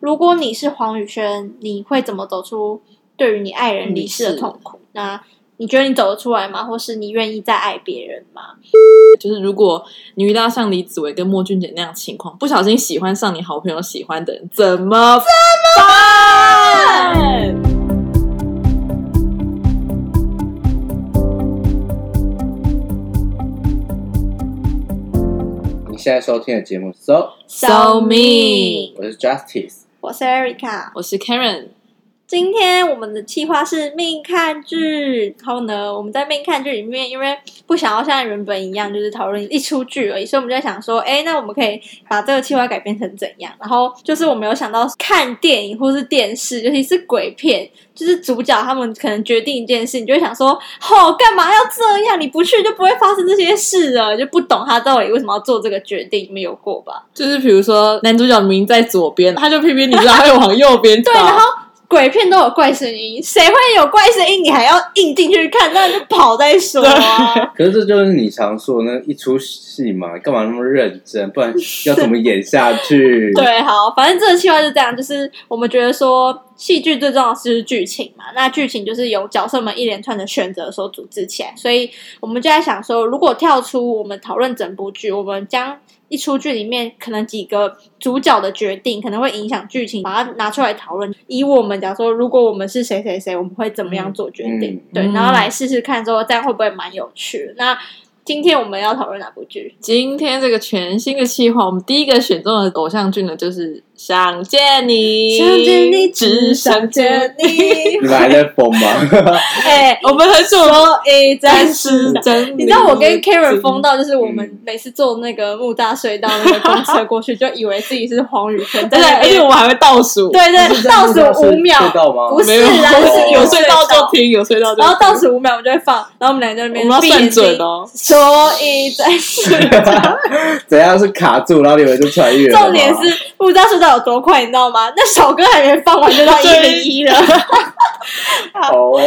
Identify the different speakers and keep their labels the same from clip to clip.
Speaker 1: 如果你是黄宇轩，你会怎么走出对于你爱人离世
Speaker 2: 离
Speaker 1: 的
Speaker 2: 世
Speaker 1: 痛苦？那你觉得你走得出来吗？或是你愿意再爱别人吗？
Speaker 2: 就是如果你遇到像李子维跟莫俊杰那样的情况，不小心喜欢上你好朋友喜欢的人，怎么办？
Speaker 3: 你现在收听的节目是 So，
Speaker 2: So me
Speaker 3: 我是 Justice，
Speaker 1: 我是 Erica。
Speaker 2: 我是 Karen，
Speaker 1: 今天我们的计划是命看剧，然后呢，我们在命看剧里面，因为不想要像原本一样，就是讨论一出剧而已，所以我们就在想说，哎，那我们可以把这个计划改变成怎样？然后就是我们有想到看电影或是电视，尤其是鬼片，就是主角他们可能决定一件事，你就会想说，哦，干嘛要这样？你不去就不会发生这些事了，就不懂他到底为什么要做这个决定，你们有过吧？
Speaker 2: 就是比如说男主角明明在左边，他就偏偏你知道他会往右 边
Speaker 1: 对，然
Speaker 2: 跑。
Speaker 1: 后鬼片都有怪声音，谁会有怪声音？你还要硬进去看，那就跑再说啊！
Speaker 3: 可是这就是你常说的那一出戏嘛，干嘛那么认真？不然要怎么演下去？
Speaker 1: 对，好，反正这个计划就这样，就是我们觉得说戏剧最重要的是剧情嘛，那剧情就是由角色们一连串的选择所组织起来，所以我们就在想说，如果跳出我们讨论整部剧，我们将一出剧里面可能几个主角的决定可能会影响剧情，把它拿出来讨论。以我们讲说，如果我们是谁谁谁，我们会怎么样做决定？
Speaker 3: 嗯
Speaker 1: 对，
Speaker 2: 嗯
Speaker 1: 然后来试试看说这样会不会蛮有趣的。那今天我们要讨论哪部剧？
Speaker 2: 今天这个全新的计划，我们第一个选中的偶像剧呢，就是《想见你》，
Speaker 1: 想见你，
Speaker 2: 只
Speaker 1: 只
Speaker 2: 想
Speaker 1: 想
Speaker 2: 见
Speaker 1: 见。你。
Speaker 3: 你们还在疯吗？
Speaker 1: 哎、
Speaker 2: 我们很久
Speaker 1: 说一
Speaker 2: 但
Speaker 1: 暂
Speaker 2: 是
Speaker 1: 时。
Speaker 2: 真，
Speaker 1: 你知道我跟 Karen 疯到，就是我
Speaker 2: 嗯
Speaker 1: 们每次坐那个木栅隧道那个公车过去，就以为自己是黄宇轩在
Speaker 2: 对，
Speaker 1: 那
Speaker 2: 而且
Speaker 1: 边。
Speaker 2: 我们还会倒数，，
Speaker 1: 对对， 倒数五 秒，
Speaker 3: 知道吗？
Speaker 1: 不是
Speaker 2: 没有
Speaker 1: 啦就是
Speaker 2: 有
Speaker 1: 有
Speaker 2: 睡
Speaker 1: 睡
Speaker 2: 到
Speaker 1: 着
Speaker 2: 就听，有睡到就
Speaker 1: 然后
Speaker 2: 听
Speaker 1: 倒数五秒我们就会放，然后我们俩在那
Speaker 2: 我
Speaker 1: 边
Speaker 2: 们要
Speaker 1: 闭眼
Speaker 2: 算准
Speaker 1: 睛，
Speaker 2: 哦。
Speaker 1: 所以暂时。
Speaker 3: 怎样是卡住，然后你们就穿越了 吗？
Speaker 1: 重点是木栅隧道有多快，你知道吗？那首歌还没放完就到一零一 了，
Speaker 3: 哦，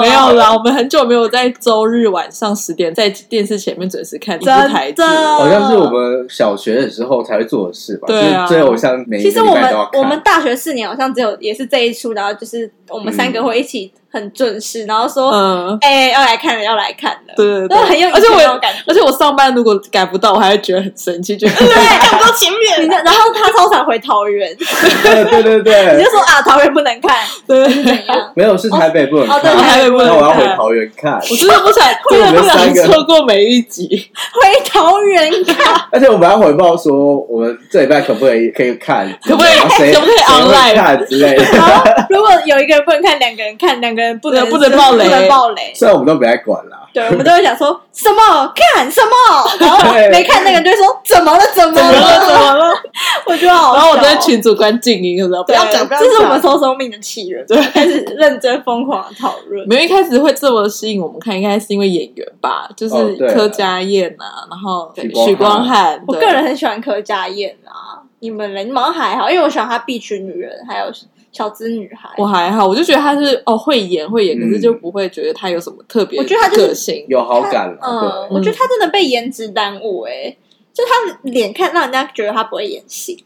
Speaker 2: 没有啦，我们很久没有在周日晚上十点在电视前面准时看一部台
Speaker 1: 真
Speaker 2: 剧，
Speaker 1: 的，
Speaker 3: 好像是我。们小学的时候才会做的事吧？
Speaker 2: 对啊
Speaker 3: 就是追偶像每
Speaker 1: 其
Speaker 3: 一
Speaker 1: 实
Speaker 3: 个
Speaker 1: 我们
Speaker 3: 礼拜都要看。
Speaker 1: 我们大学四年好像只有也是这一出，然后就是我们三个会一起很准时，然后说
Speaker 2: 嗯，
Speaker 1: 哎、要来看了，要来看了，
Speaker 2: 对对
Speaker 1: 都
Speaker 2: 对，
Speaker 1: 很有以哦
Speaker 2: 而且
Speaker 1: 前
Speaker 2: 我
Speaker 1: 那种感觉。
Speaker 2: 而且我上班如果改不到，我还会觉得很生气，觉得
Speaker 1: 看不到前面，你知道然后他超常回桃园，你
Speaker 3: 对对 对
Speaker 1: 就，说啊，桃园不能看，
Speaker 2: 对，
Speaker 1: 怎样？
Speaker 3: 没有是台北不能
Speaker 1: 哦对
Speaker 3: 看，
Speaker 2: 台北不能
Speaker 3: 那我要回
Speaker 2: 看
Speaker 3: 桃园看。
Speaker 2: 我真的不 想，
Speaker 3: 对
Speaker 2: 真的
Speaker 3: 我
Speaker 2: 不
Speaker 3: 们
Speaker 2: 想
Speaker 3: 三个
Speaker 2: 错过每一集。
Speaker 1: 回桃园看，
Speaker 3: 而且我们还回报说，我们这礼拜可不可以可以看，
Speaker 2: 可不可以
Speaker 3: 然后谁
Speaker 2: 可不可以
Speaker 3: 谁会
Speaker 2: online？
Speaker 3: 看 之类的。
Speaker 1: 然后如果有一个人不能看，两个人看，两个人不能
Speaker 2: 对不能爆雷
Speaker 1: 不能爆雷。
Speaker 3: 虽然我们都没在管啦，
Speaker 1: 对，我们都会讲说什么看什么，然后
Speaker 3: 对
Speaker 1: 没看那个人就会说怎么了怎么
Speaker 2: 怎么了？
Speaker 1: 了，
Speaker 2: 怎么了？
Speaker 1: 我觉得好笑哦。
Speaker 2: 然后我在群主关静音，有没有？不
Speaker 1: 对，
Speaker 2: 要讲，不要
Speaker 1: 这是我
Speaker 2: 讲
Speaker 1: 们。收收命的起源，
Speaker 2: 对
Speaker 1: 开始认真疯狂地讨论。
Speaker 2: 没有一开始会这么吸引我们看，应该是因为演员吧，就是
Speaker 3: 哦对啊
Speaker 2: 柯佳燕啊，然后
Speaker 3: 许光汉
Speaker 2: 许光汉。
Speaker 1: 我
Speaker 2: 对
Speaker 1: 个人很喜欢柯佳燕啊，你们嘞？你们好像还好，因为我喜欢她《碧曲女人》，还有《小资女孩》
Speaker 2: 我还好，我就觉得他是哦会演会演，
Speaker 3: 嗯
Speaker 2: 可是就不会觉得他有什么特别
Speaker 1: 我觉得他就是
Speaker 2: 个性。
Speaker 3: 有好感
Speaker 1: 嗯
Speaker 3: 了，，
Speaker 1: 我觉得她真的被颜值耽误哎、就她的脸看让人家觉得她不会演戏，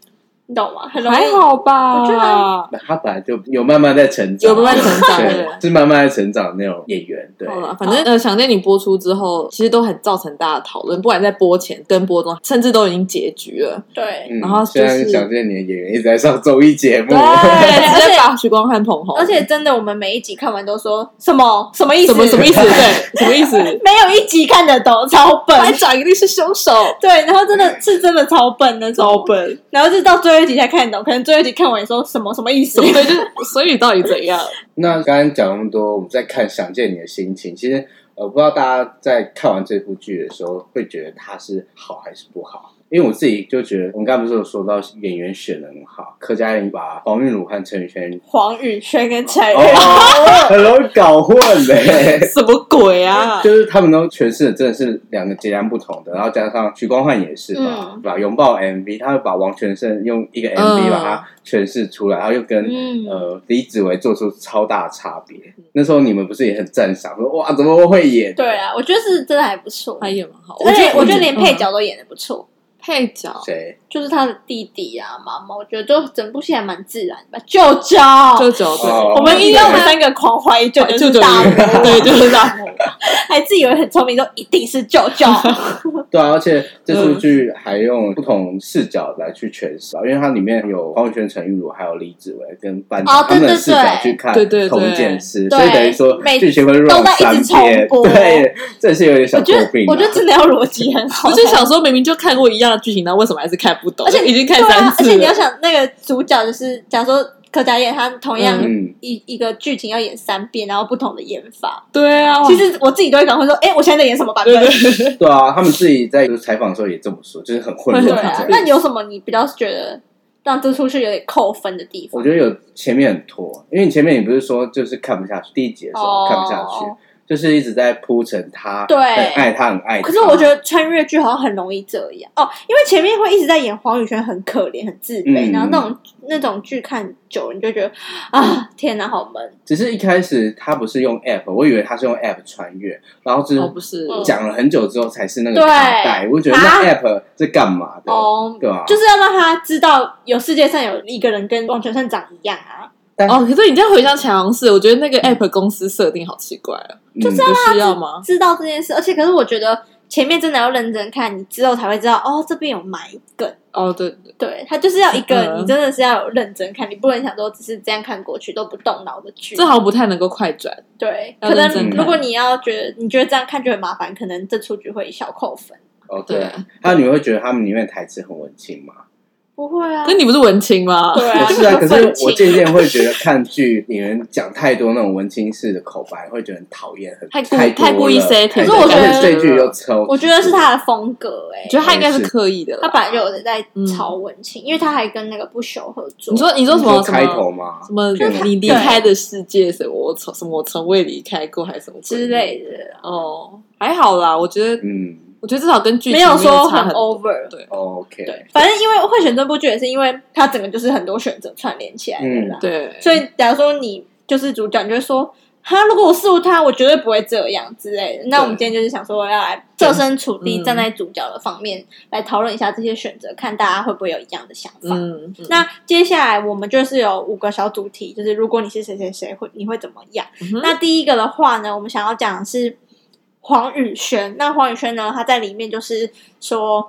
Speaker 1: 你懂吗？很容易
Speaker 2: 还。好吧，
Speaker 1: 我觉得
Speaker 3: 对，他本来就有慢慢在成长，
Speaker 2: 有慢慢成长对
Speaker 3: 对，是慢慢在成长的那种演员，对。
Speaker 2: 好了，反正呃，想见你播出之后，其实都很造成大家的讨论，不管在播前跟播中，甚至都已经结局了。
Speaker 1: 对，
Speaker 3: 嗯
Speaker 2: 然后就
Speaker 3: 现
Speaker 2: 是
Speaker 3: 在想见你的演员一直在上综艺节目，
Speaker 1: 而且
Speaker 2: 哎直接把许光汉捧红，
Speaker 1: 而且真的，我们每一集看完都说什么什么意思？
Speaker 2: 什么什么意思？？对，什么意思？
Speaker 1: 没有一集看得懂，超
Speaker 2: 班
Speaker 1: 笨。
Speaker 2: 长一定是凶手，
Speaker 1: 对，然后真的是真的超笨那
Speaker 2: 老
Speaker 1: 种，
Speaker 2: 本。
Speaker 1: 然后就到最后一集才看得懂，可能最后一集看完也说什么什么意思
Speaker 2: 所？以就是，所以到底怎样？
Speaker 3: 那刚刚讲那么多，我们在看《想见你》的心情，其实呃，不知道大家在看完这部剧的时候，会觉得它是好还是不好？因为我自己就觉得，我们刚才不是有说到演员选的很好，柯佳玲把黄韵如和陈宇轩，
Speaker 1: 黄宇轩跟蔡
Speaker 3: 哦
Speaker 1: 岳，，
Speaker 3: 很容易搞混嘞、
Speaker 2: 什么鬼啊？
Speaker 3: 就是他们都诠释的真的是两个截然不同的，然后加上徐光汉也是吧，
Speaker 1: 嗯
Speaker 3: 把拥抱 MV，他会把王全胜用一个 MV 把它诠释出来，然后又跟
Speaker 1: 嗯，
Speaker 3: 呃李子维做出超大的差别。那时候你们不是也很赞赏，说哇怎么会演？
Speaker 1: 对，啊，我觉得是真的还不错，
Speaker 2: 他演蛮好，
Speaker 1: 而且我觉得
Speaker 2: 嗯
Speaker 1: 连配角都演的不错，
Speaker 2: 配角
Speaker 3: 谁？
Speaker 1: 就是他的弟弟啊，妈妈，我觉得就整部戏还蛮自然的吧。舅舅，
Speaker 2: 舅舅对，
Speaker 3: 哦
Speaker 1: 我们一定要我们
Speaker 2: 对
Speaker 1: 三个狂怀疑舅舅
Speaker 2: 舅
Speaker 1: 是
Speaker 2: 舅
Speaker 1: 大魔王，
Speaker 2: 对舅舅是
Speaker 1: 大魔王，还自以为很聪明，说一定是舅舅。
Speaker 3: 对啊，而且这出
Speaker 1: 嗯
Speaker 3: 剧还用不同视角来去诠释啊，因为它里面有黄宇轩、陈玉茹还有李子维跟班长、
Speaker 1: 哦对
Speaker 3: 他们的
Speaker 1: 对
Speaker 3: 视角
Speaker 1: 对
Speaker 3: 去看
Speaker 2: 对对对
Speaker 3: 同一件事，
Speaker 1: 对
Speaker 3: 所以等于说
Speaker 1: 每
Speaker 3: 剧情会乱
Speaker 1: 都在一
Speaker 3: 三
Speaker 1: 直重。
Speaker 3: 遍
Speaker 1: 播
Speaker 3: 对，这是有点小
Speaker 1: 我
Speaker 3: 诟
Speaker 1: 觉得
Speaker 3: 病、啊。
Speaker 1: 我觉得真的要逻辑很好，
Speaker 2: 我就想说，明明就看过一样的剧情，那为什么还是看不懂？
Speaker 1: 而且
Speaker 2: 已经看
Speaker 1: 对
Speaker 2: 三
Speaker 1: 啊，而
Speaker 2: 次
Speaker 1: 且你要
Speaker 2: 了。
Speaker 1: 想那个主角就是，假如说柯佳燕，她同样
Speaker 3: 嗯，
Speaker 1: 一、一个剧情要演三遍，然后不同的演法，
Speaker 2: 对啊，
Speaker 1: 其实我自己都会赶快说，哎、我现在在演什么版本？
Speaker 2: 对
Speaker 3: 对啊，他们自己在采访的时候也这么说，就是很混
Speaker 1: 对
Speaker 3: 乱。
Speaker 2: 会很
Speaker 1: 啊
Speaker 2: 卡
Speaker 3: 这，
Speaker 1: 那
Speaker 3: 样
Speaker 1: 你有什么你比较觉得让这出是有点扣分的地方
Speaker 3: 我？觉得有前面很拖，因为你前面你不是说就是看不下去，第一集的时候
Speaker 1: 哦
Speaker 3: 看不下去，就是一直在铺陈他
Speaker 1: 对
Speaker 3: 很爱他，很爱他。
Speaker 1: 可是我觉得穿越剧好像很容易这样哦，因为前面会一直在演黄宇轩很可怜、很自卑，
Speaker 3: 嗯
Speaker 1: 然后那种那种剧看久了，你就觉得啊，天哪，好闷。
Speaker 3: 只是一开始他不是用 app，我以为他是用 app 穿越，然后就是
Speaker 2: 哦不是，
Speaker 1: 嗯
Speaker 3: 讲了很久之后才是那个
Speaker 1: 对
Speaker 3: 卡带，我就觉得
Speaker 1: 啊
Speaker 3: 那 app 是干嘛的？
Speaker 1: 哦，
Speaker 3: 对啊，
Speaker 1: 就是要让他知道有世界上有一个人跟王全胜长一样啊，
Speaker 2: 哦，可是你这样回想起来，好像是我觉得那个
Speaker 1: 嗯
Speaker 2: app 公司设定好奇怪啊，
Speaker 3: 就这
Speaker 2: 有需要吗？
Speaker 1: 知道这件事。而且，可是我觉得前面真的要认真看，你之后才会知道哦，这边有埋梗。
Speaker 2: 哦，对，
Speaker 1: 对，它就是要一个
Speaker 2: 嗯
Speaker 1: 你真的是要有认真看，你不能想说只是这样看过去都不动脑的剧
Speaker 2: 这。好像不太能够快转。
Speaker 1: 对，
Speaker 2: 要
Speaker 1: 可
Speaker 2: 认真
Speaker 1: 能
Speaker 3: 看
Speaker 1: 如果你要觉得你觉得这样看就很麻烦，可能这出剧会小扣分。
Speaker 3: 哦
Speaker 2: 对
Speaker 3: 对
Speaker 2: 啊，
Speaker 3: 还有你会觉得他们里面的台词很文青吗？
Speaker 1: 不会啊
Speaker 2: 可，你不是文青吗？
Speaker 1: 对啊
Speaker 3: 不是啊，可
Speaker 1: 很
Speaker 3: 是
Speaker 1: 文青
Speaker 3: 我渐渐会觉得看剧演员讲太多那种文青式的口白，会觉得很讨厌，很
Speaker 2: 太故
Speaker 3: 多
Speaker 2: 太故意
Speaker 3: 了
Speaker 2: setting
Speaker 1: 可
Speaker 3: 太
Speaker 1: 是我觉得
Speaker 3: 而且这句又抽，
Speaker 1: 我觉得是他的风格哎、
Speaker 2: 我觉 得他应该是刻意的啦。
Speaker 1: 他本来就有在
Speaker 2: 嗯
Speaker 1: 炒文青，因为他还跟那个不朽合作。
Speaker 2: 你说你说什
Speaker 3: 你
Speaker 2: 么
Speaker 3: 说
Speaker 2: 什
Speaker 3: 开
Speaker 2: 么
Speaker 3: 头吗？
Speaker 2: 什么
Speaker 3: 就是他
Speaker 2: 你离开的世界什么我从什么我从未离开过还是什么鬼
Speaker 1: 之类的，
Speaker 2: 哦，还好啦，我觉得
Speaker 3: 嗯
Speaker 2: 我觉得至少跟剧情
Speaker 1: 没有说哦
Speaker 2: 差很多
Speaker 1: over。
Speaker 2: 对
Speaker 3: ，OK，
Speaker 1: 对，反正因为会选这部剧也是因为它整个就是很多选择串联起来的啦。
Speaker 2: 对，
Speaker 1: 所以假如说你就是主角，你就会说。哈！如果我是他，我绝对不会这样之类的。那我们今天就是想说，要来设身处地
Speaker 2: 嗯
Speaker 1: 站在主角的方面、来讨论一下这些选择，看大家会不会有一样的想法。
Speaker 2: 嗯，嗯
Speaker 1: 那接下来我们就是有五个小主题，就是如果你是谁谁谁会你会怎么样？
Speaker 2: 嗯哼
Speaker 1: 那第一个的话呢，我们想要讲的是黄宇轩。那黄宇轩呢，她在里面就是说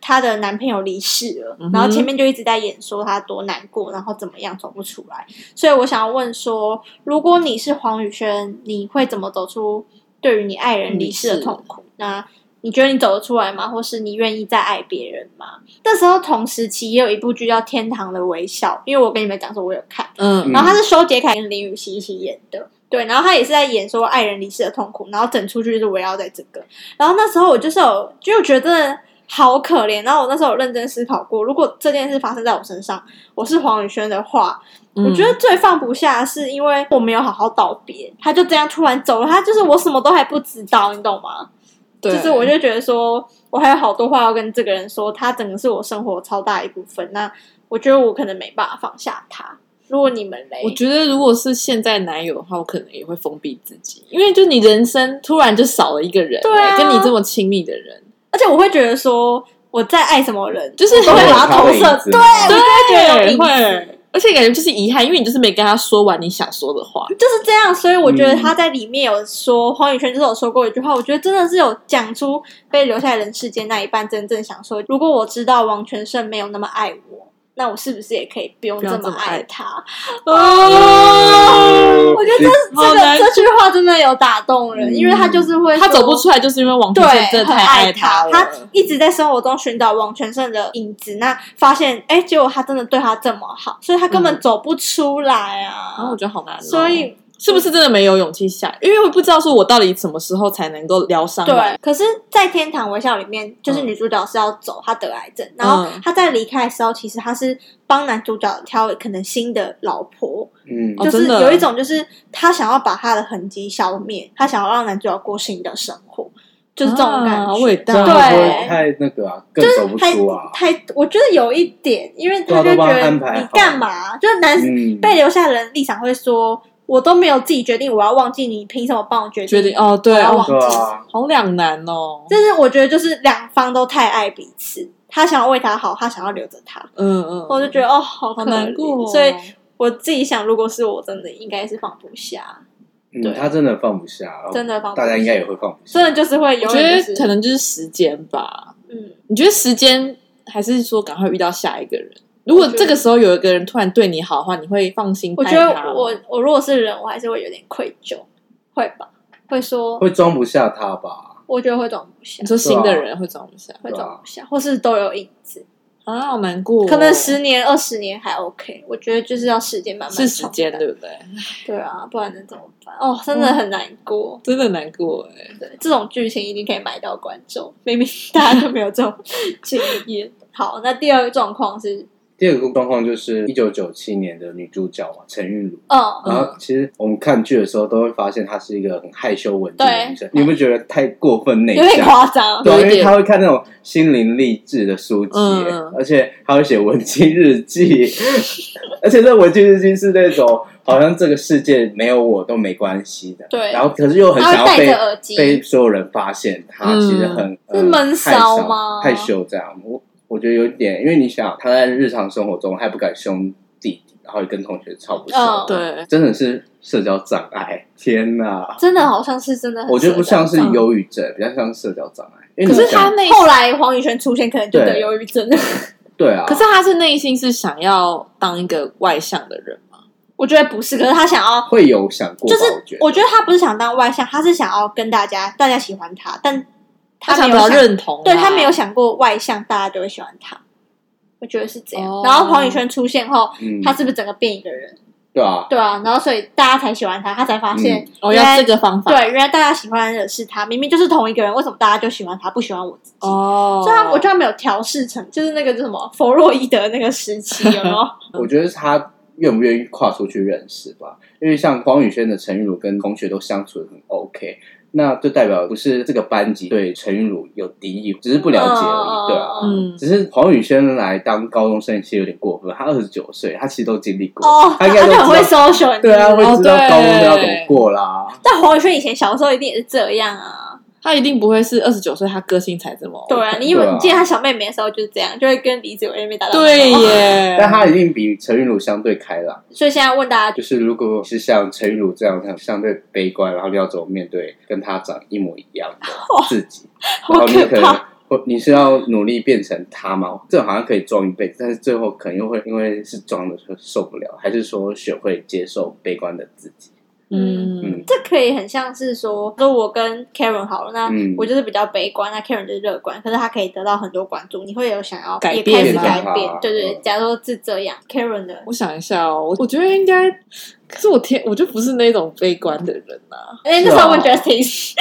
Speaker 1: 她的男朋友离世了，
Speaker 2: 嗯哼
Speaker 1: 然后前面就一直在演说她多难过，然后怎么样走不出来。所以我想要问说，如果你是黄宇轩，你会怎么走出对于你爱人离世的痛苦？那你觉得你走得出来吗？或是你愿意再爱别人吗？那时候同时期也有一部剧叫《天堂的微笑》，因为我跟你们讲说我有看，
Speaker 2: 嗯
Speaker 1: 然后他是修杰楷跟林雨熙一起演的，对，然后他也是在演说爱人离世的痛苦，然后整出去就是围绕在这个。然后那时候我就是有，就觉得好可怜。然后我那时候有认真思考过，如果这件事发生在我身上，我是黄宇轩的话，我觉得
Speaker 2: 嗯
Speaker 1: 最放不下的是因为我没有好好道别，他就这样突然走了，他就是我什么都还不知道，你懂吗？
Speaker 2: 就
Speaker 1: 就是我就觉得说，我还有好多话要跟这个人说，他整个是我生活超大一部分。那我觉得我可能没办法放下他。如果你们嘞，
Speaker 2: 我觉得如果是现在男友的话，我可能也会封闭自己，因为就你人生突然就少了一个人、欸
Speaker 1: 对啊
Speaker 2: 跟你这么亲密的人，
Speaker 1: 而且我会觉得说，我在爱什么人，
Speaker 2: 就是
Speaker 1: 我都会 把它投射，
Speaker 3: 对
Speaker 1: 对，啊我就会觉得有影子，
Speaker 2: 会，啊而且感觉就是遗憾，因为你就是没跟他说完你想说的话。
Speaker 1: 就是这样。所以我觉得
Speaker 2: 嗯
Speaker 1: 他在里面有说，黄宇轩就是有说过一句话，我觉得真嗯的是有讲出被留在人世间那一半真正想说，如果我知道王全胜没有那么爱我。那我是不是也可以不用
Speaker 2: 不要
Speaker 1: 这
Speaker 2: 这
Speaker 1: 么
Speaker 2: 么
Speaker 1: 爱
Speaker 2: 爱
Speaker 1: 他？
Speaker 2: 哦，
Speaker 1: 我觉得这
Speaker 2: 好
Speaker 1: 这
Speaker 2: 难
Speaker 1: 个这句话真的有打动人，
Speaker 3: 嗯
Speaker 1: 因为他就是会
Speaker 2: 他
Speaker 1: 说
Speaker 2: 走不出来，就是因为王
Speaker 1: 对，
Speaker 2: 先生真的
Speaker 1: 很
Speaker 2: 太
Speaker 1: 爱
Speaker 2: 他了。
Speaker 1: 他一直在生活中寻找王全胜的影子，那发现哎，结果他真的对他这么好，所以他根本走不出来
Speaker 2: 然后
Speaker 1: 啊
Speaker 2: 我。觉得好嗯难、哦，
Speaker 1: 所以
Speaker 2: 是不是真的没有勇气下？因为我不知道说我到底什么时候才能够疗伤
Speaker 1: 对
Speaker 2: 完。，
Speaker 1: 可是，在《天堂微笑》里面，就是
Speaker 2: 嗯
Speaker 1: 女主角是要走，她得癌症，然后
Speaker 2: 嗯
Speaker 1: 她在离开的时候，其实她是帮男主角挑可能新的老婆，
Speaker 3: 嗯，
Speaker 2: 哦
Speaker 1: 就是
Speaker 2: 真的
Speaker 1: 有一种就是她想要把她的痕迹消灭，她想要让男主角过新的生活，就是这种感
Speaker 2: 啊
Speaker 1: 觉。
Speaker 2: 好伟
Speaker 3: 这
Speaker 2: 大
Speaker 3: 样
Speaker 2: 哦。
Speaker 3: 会不会
Speaker 1: 对
Speaker 3: 太那个啊，更走不
Speaker 1: 还
Speaker 3: 出啊？
Speaker 1: 还，我觉得有一点，因为
Speaker 3: 对
Speaker 1: 他
Speaker 3: 啊
Speaker 1: 就觉
Speaker 3: 都帮他
Speaker 1: 得
Speaker 3: 安排
Speaker 1: 你
Speaker 3: 好
Speaker 1: 干嘛？就是男、
Speaker 3: 嗯，
Speaker 1: 被留下的人立场会说，我都没有自己决定，我要忘记你，凭什么帮我决定？
Speaker 2: 决定哦，对
Speaker 1: 我要
Speaker 2: 哦
Speaker 1: 忘，
Speaker 3: 对啊，
Speaker 2: 好两难哦。
Speaker 1: 就是我觉得就是两方都太爱彼此，他想要为他好，他想要留着他，
Speaker 2: 嗯嗯，
Speaker 1: 我就觉得哦，好
Speaker 2: 好
Speaker 1: 可
Speaker 2: 难
Speaker 1: 怜
Speaker 2: 过哦，
Speaker 1: 所以我自己想，如果是我，真的应该是放不下，
Speaker 3: 嗯，他真的放不下，哦
Speaker 1: 真的放不下
Speaker 3: 大家应该也会放不下，
Speaker 1: 真的就是会
Speaker 2: 我
Speaker 1: 永
Speaker 2: 觉
Speaker 1: 远、就
Speaker 2: 得
Speaker 1: 是、
Speaker 2: 可能就是时间吧。
Speaker 1: 嗯，
Speaker 2: 你觉得时间还是说赶快遇到下一个人？如果这个时候有一个人突然对你好的话，你会放心
Speaker 1: 我
Speaker 2: 爱
Speaker 1: 觉
Speaker 2: 他吗？
Speaker 1: 得我我如果是人，我还是会有点愧疚，会吧？会说，
Speaker 3: 会装不下他吧？
Speaker 1: 我觉得会装不下
Speaker 2: 你，说新
Speaker 3: 啊
Speaker 2: 的人会装不下
Speaker 1: 会装不下，或是都有影子，
Speaker 2: 啊，好难过哦。
Speaker 1: 可能十年、二十年还 OK，我觉得就是要时间慢慢
Speaker 2: 是时间嗯
Speaker 1: 冲淡
Speaker 2: 对不对？
Speaker 1: 对啊，不然能怎么办？哦，真的很难过。
Speaker 2: 真的难过哎。
Speaker 1: 对，这种剧情一定可以买到观众，明明大家就没有 这种经验。好，那第二个状况是，
Speaker 3: 第二个状况就是一九九七年的女主角嘛，啊陈韵如。
Speaker 1: 嗯，
Speaker 3: 然后其实我们看剧的时候都会发现她是一个很害羞文静的女生
Speaker 1: 对，
Speaker 3: 你有没有觉得太过分内
Speaker 1: 有点
Speaker 3: 向？
Speaker 1: 夸张。
Speaker 3: 对啊，
Speaker 2: 有
Speaker 3: 因
Speaker 2: 一
Speaker 3: 为
Speaker 2: 点
Speaker 3: 他会看那种心灵励志的书籍，
Speaker 2: 嗯
Speaker 3: 而且他会写文青日记， 而且这文青日记是那种好像这个世界没有我都没关系的，
Speaker 1: 对
Speaker 3: 然后可是又很
Speaker 1: 他
Speaker 3: 想
Speaker 1: 会
Speaker 3: 要
Speaker 1: 戴
Speaker 3: 被
Speaker 1: 着耳机，
Speaker 3: 被所有人发现，他
Speaker 2: 嗯
Speaker 3: 其实很、
Speaker 1: 是
Speaker 3: 嗯
Speaker 1: 闷
Speaker 3: 害
Speaker 1: 骚
Speaker 3: 臊
Speaker 1: 吗
Speaker 3: 害羞这样，我我觉得有一点，因为你想他在日常生活中还不敢凶弟弟，然后也跟同学超不熟，
Speaker 1: 嗯
Speaker 2: 对，
Speaker 3: 真的是社交障碍，天哪！
Speaker 1: 真的好像是真的很
Speaker 3: 我觉得不
Speaker 1: 社交
Speaker 3: 像是
Speaker 1: 障碍
Speaker 3: 忧郁症，比较像是社交障碍。因为
Speaker 2: 可
Speaker 3: 你
Speaker 2: 是
Speaker 3: 想
Speaker 2: 他内，
Speaker 1: 后来黄宇轩出现，可能就得
Speaker 3: 对
Speaker 1: 忧郁症了。
Speaker 3: 对啊，
Speaker 2: 可是他是内心是想要当一个外向的人嘛？
Speaker 1: 我觉得不是，可是他想要，
Speaker 3: 会有想过
Speaker 1: 就
Speaker 3: 吧，
Speaker 1: 是
Speaker 3: 我觉得
Speaker 1: 我觉得他不是想当外向，他是想要跟大家，大家喜欢他，但他
Speaker 2: 想
Speaker 1: 没
Speaker 2: 得
Speaker 1: 有
Speaker 2: 到
Speaker 1: 想，
Speaker 2: 认同啊，
Speaker 1: 对他没有想过外向，大家就会喜欢他。我觉得是这样。
Speaker 2: 哦
Speaker 1: 然后黄宇轩出现后，
Speaker 3: 嗯，
Speaker 1: 他是不是整个变一个人？
Speaker 3: 对啊，
Speaker 1: 对啊，然后所以大家才喜欢他，他才发
Speaker 3: 嗯
Speaker 1: 现、
Speaker 2: 哦，
Speaker 1: 原
Speaker 2: 要
Speaker 1: 来
Speaker 2: 这个方法
Speaker 1: 对，原来大家喜欢的是他，明明就是同一个人，为什么大家就喜欢他，不喜欢我自己？
Speaker 2: 哦。
Speaker 1: 所以他我觉得他没有调试成，就是那个叫什么 弗洛伊德那个时期，有 没有？
Speaker 3: 我觉得他愿不愿意跨出去认识吧，因为像黄宇轩的陈韵如跟同学都相处的很 OK，那就代表不是这个班级对陈韵如有敌意，只是不了解而已，对啊。
Speaker 2: 嗯，
Speaker 3: 只是黄宇轩来当高中生其实有点过分，他二十九岁，他其实都经历过，
Speaker 1: 哦，
Speaker 3: 他
Speaker 1: 他
Speaker 3: 应该
Speaker 1: 就
Speaker 3: 都
Speaker 1: 很会
Speaker 3: 知道，
Speaker 1: social，你知
Speaker 3: 对啊，
Speaker 1: 道吗
Speaker 3: 会知道
Speaker 2: 哦对
Speaker 3: 高中生要怎么过啦。
Speaker 1: 但黄宇轩以前小时候一定也是这样啊，
Speaker 2: 他一定不会是二十九岁，他个性才这么。
Speaker 1: 对啊，你以为
Speaker 3: 对啊
Speaker 1: 你记得他小妹妹的时候就是这样，就会跟李子维那边打打闹闹
Speaker 2: 对，耶，
Speaker 3: 但他一定比陈韵如相对开朗。
Speaker 1: 所以现在问大家，
Speaker 3: 就是如果是像陈玉茹这样，像相对悲观，然后你要怎么面对跟他长一模一样的自己？然
Speaker 1: 好
Speaker 3: 后你
Speaker 1: 可
Speaker 3: 可能
Speaker 1: 怕，
Speaker 3: 会你是要努力变成他吗？这好像可以装一辈子，但是最后可能又会因为是装的时候受不了，还是说学会接受悲观的自 己？
Speaker 2: 嗯
Speaker 3: 嗯，
Speaker 1: 这可以很像是说，说我跟 Karen 好了，那
Speaker 3: 嗯
Speaker 1: 我就是比较悲观，那 Karen 就是乐观，可是他可以得到很多关注，你会有想要
Speaker 2: 改
Speaker 1: 也
Speaker 2: 变
Speaker 1: 开始
Speaker 2: 吗
Speaker 1: 改变，对对对，
Speaker 3: 嗯
Speaker 1: 假如说是这样，Karen 的，
Speaker 2: 我想一下哦，我我觉得应该，可是我天，我就不是那种悲观的人啊。
Speaker 1: 哎，那时候问 Justice，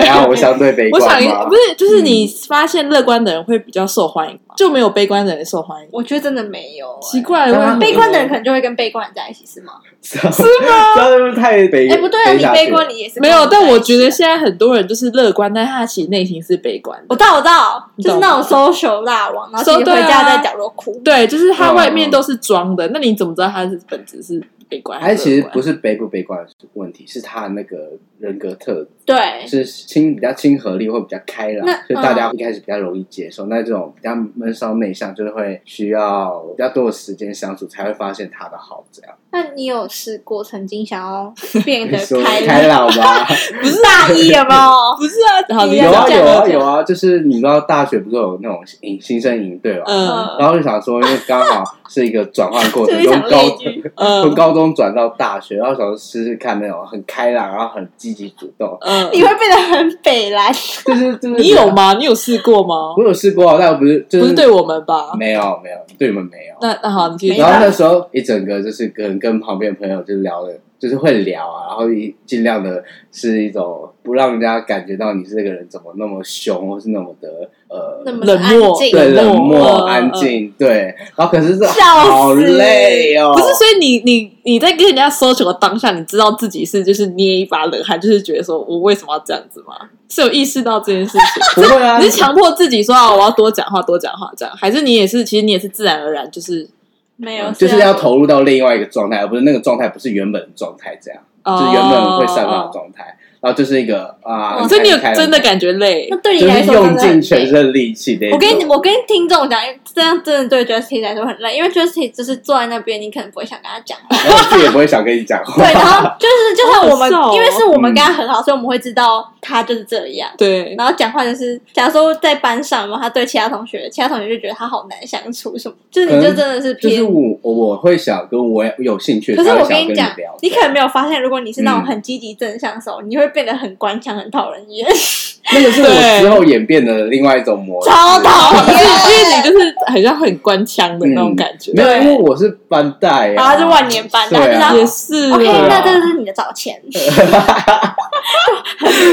Speaker 3: 然哎后我相对悲
Speaker 2: 我想
Speaker 3: 观
Speaker 2: 一
Speaker 3: 吗嗯
Speaker 2: 不？是，就是你发现乐观的人会比较受欢迎吗，就没有悲观的人受欢迎。
Speaker 1: 我觉得真的没有，哎
Speaker 2: 奇怪，啊
Speaker 3: 当
Speaker 2: 为什
Speaker 3: 然
Speaker 2: 么
Speaker 1: 悲观的人可能就会跟悲观人在一起， 是吗？
Speaker 3: 是吗？这样是不是太悲？
Speaker 1: 哎，不对啊，你
Speaker 3: 下去
Speaker 1: 悲观你也是
Speaker 2: 没有？
Speaker 1: 跟人
Speaker 2: 但
Speaker 1: 在
Speaker 2: 我
Speaker 1: 一起
Speaker 2: 觉
Speaker 1: 啊
Speaker 2: 得现在很多人就是乐观，但他其实内心是悲观
Speaker 1: 我知
Speaker 2: 的。
Speaker 1: 道，我知道，
Speaker 2: 你
Speaker 1: 就
Speaker 2: 懂
Speaker 1: 是
Speaker 2: 吗
Speaker 1: 那种 social 大王，然后自己
Speaker 2: So-
Speaker 1: 回
Speaker 2: 对
Speaker 1: 家
Speaker 2: 啊
Speaker 1: 在角落哭。
Speaker 2: 对，就是
Speaker 3: 嗯
Speaker 2: 他外面都是装的，那你怎么知道他是本质是悲观？
Speaker 3: 还哎其实不
Speaker 2: 是，
Speaker 3: 是悲不悲观的问题，是他的那个人格特质。
Speaker 1: 对，
Speaker 3: 是亲比较亲和力会比较开朗
Speaker 1: 那，嗯
Speaker 3: 所以大家一开始比较容易接受。那这种比较闷骚内向，就是会需要比较多的时间相处，才会发现他的好。这样
Speaker 1: 那你有试过曾经想要变
Speaker 3: 你
Speaker 1: 得
Speaker 3: 说
Speaker 1: 开
Speaker 3: 开朗吗？
Speaker 1: 不是大一有没有？
Speaker 2: 不是啊？然后
Speaker 1: 你
Speaker 2: 你
Speaker 3: 有
Speaker 1: 要
Speaker 3: 啊
Speaker 1: 这
Speaker 3: 有
Speaker 1: 样
Speaker 3: 啊
Speaker 1: 讲
Speaker 3: 有啊，就是你知道大学不是有那种新新生营队嘛？
Speaker 2: 嗯
Speaker 3: 然后就想说，因为刚好是一个转换 过
Speaker 1: 就
Speaker 3: 程，
Speaker 1: 是
Speaker 3: 从
Speaker 1: 想
Speaker 3: 高
Speaker 1: 类聚，
Speaker 3: 从
Speaker 2: 嗯
Speaker 3: 高中转到大学，然后想说试试看那种很开朗，然后很积极主动，
Speaker 2: 嗯，
Speaker 1: 你会变得很北蓝。
Speaker 3: 就是 就是
Speaker 2: 你有？吗？你有试过吗？
Speaker 3: 我有试过啊，但我不是就
Speaker 2: 不
Speaker 3: 是
Speaker 2: 是对我们
Speaker 1: 啊
Speaker 2: 吧？
Speaker 3: 没有没有对你们没有。
Speaker 2: 那那好，你继续
Speaker 1: 没
Speaker 2: 讲
Speaker 3: 然。后那时候一整个就是跟跟旁边的朋友就聊了，就是会聊啊，然后一尽量的是一种不让人家感觉到你这个人怎么那么凶，或是那么的呃
Speaker 1: 那么
Speaker 2: 冷漠，
Speaker 1: 安静
Speaker 3: 对冷漠、
Speaker 2: 嗯
Speaker 3: 安。
Speaker 2: 嗯
Speaker 3: 静，对。然后可是这
Speaker 1: 笑死
Speaker 3: 好累
Speaker 1: 嗯
Speaker 3: 哦，
Speaker 2: 不是，所以你你你在跟人家搜求的当下，你知道自己是就是捏一把冷汗，就是觉得说我为什么要这样子吗？是有意识到这件事情，
Speaker 3: 不会啊，
Speaker 2: 你是强迫自己说啊，我要多讲话，多讲话这样，还是你也是其实你也是自然而然就是
Speaker 1: 没有，
Speaker 3: 就是要。投
Speaker 1: 哦
Speaker 3: 入到另外一个状态，而不是那个状态不是原本的状态这样，
Speaker 2: 就
Speaker 3: 就是原本会散发的状态。然后就是一个啊，
Speaker 1: 哇
Speaker 2: 哦所以你有
Speaker 3: 看
Speaker 2: 真的感觉累
Speaker 1: 那，对你
Speaker 3: 就
Speaker 1: 来
Speaker 3: 是
Speaker 1: 说真
Speaker 3: 用
Speaker 1: 的很
Speaker 3: 尽全
Speaker 1: 累
Speaker 3: 身力气的一
Speaker 1: 我
Speaker 3: 种。
Speaker 1: 跟你，我跟听众讲，这样真的对 Justy 来说很累，因为 Justy 就是坐在那边，你可能不会想跟他讲话。
Speaker 3: 然后我自己也不会想跟你讲 话
Speaker 1: 对，。然后就是就
Speaker 2: 好
Speaker 1: 是我们，
Speaker 2: 瘦哦
Speaker 1: 因为是我们跟他很好，所以我们会知道他就是这样。
Speaker 2: 对，
Speaker 1: 然后讲话就是，假如说在班上嘛，他对其他同学，其他同学就觉得他好难相处什么，就是你就真的是
Speaker 3: 就是
Speaker 1: 偏。
Speaker 3: 我我会想跟我有兴趣，
Speaker 1: 可是
Speaker 3: 才会
Speaker 1: 我
Speaker 3: 想
Speaker 1: 跟
Speaker 3: 要跟
Speaker 1: 你讲
Speaker 3: 聊，
Speaker 1: 你可能没有发现，如果你是那种
Speaker 3: 嗯
Speaker 1: 很积极正向的时候，你会变得很官腔、很讨人厌，
Speaker 3: 那个是我
Speaker 2: 对
Speaker 3: 之后演变的另外一种模式。
Speaker 1: 超讨
Speaker 3: 嗯
Speaker 2: 因为
Speaker 1: 厌。
Speaker 3: 啊
Speaker 2: 因为你就是很像很官腔的那种感觉，
Speaker 3: 嗯没有，
Speaker 1: 对
Speaker 3: 因为我是班带
Speaker 1: 然
Speaker 3: 啊，
Speaker 1: 后是万年班的，
Speaker 3: 对
Speaker 1: 他
Speaker 3: 啊
Speaker 1: 就
Speaker 2: 也
Speaker 1: 是
Speaker 2: 是
Speaker 1: OK，
Speaker 2: 啊
Speaker 1: 那这是你的早 钱。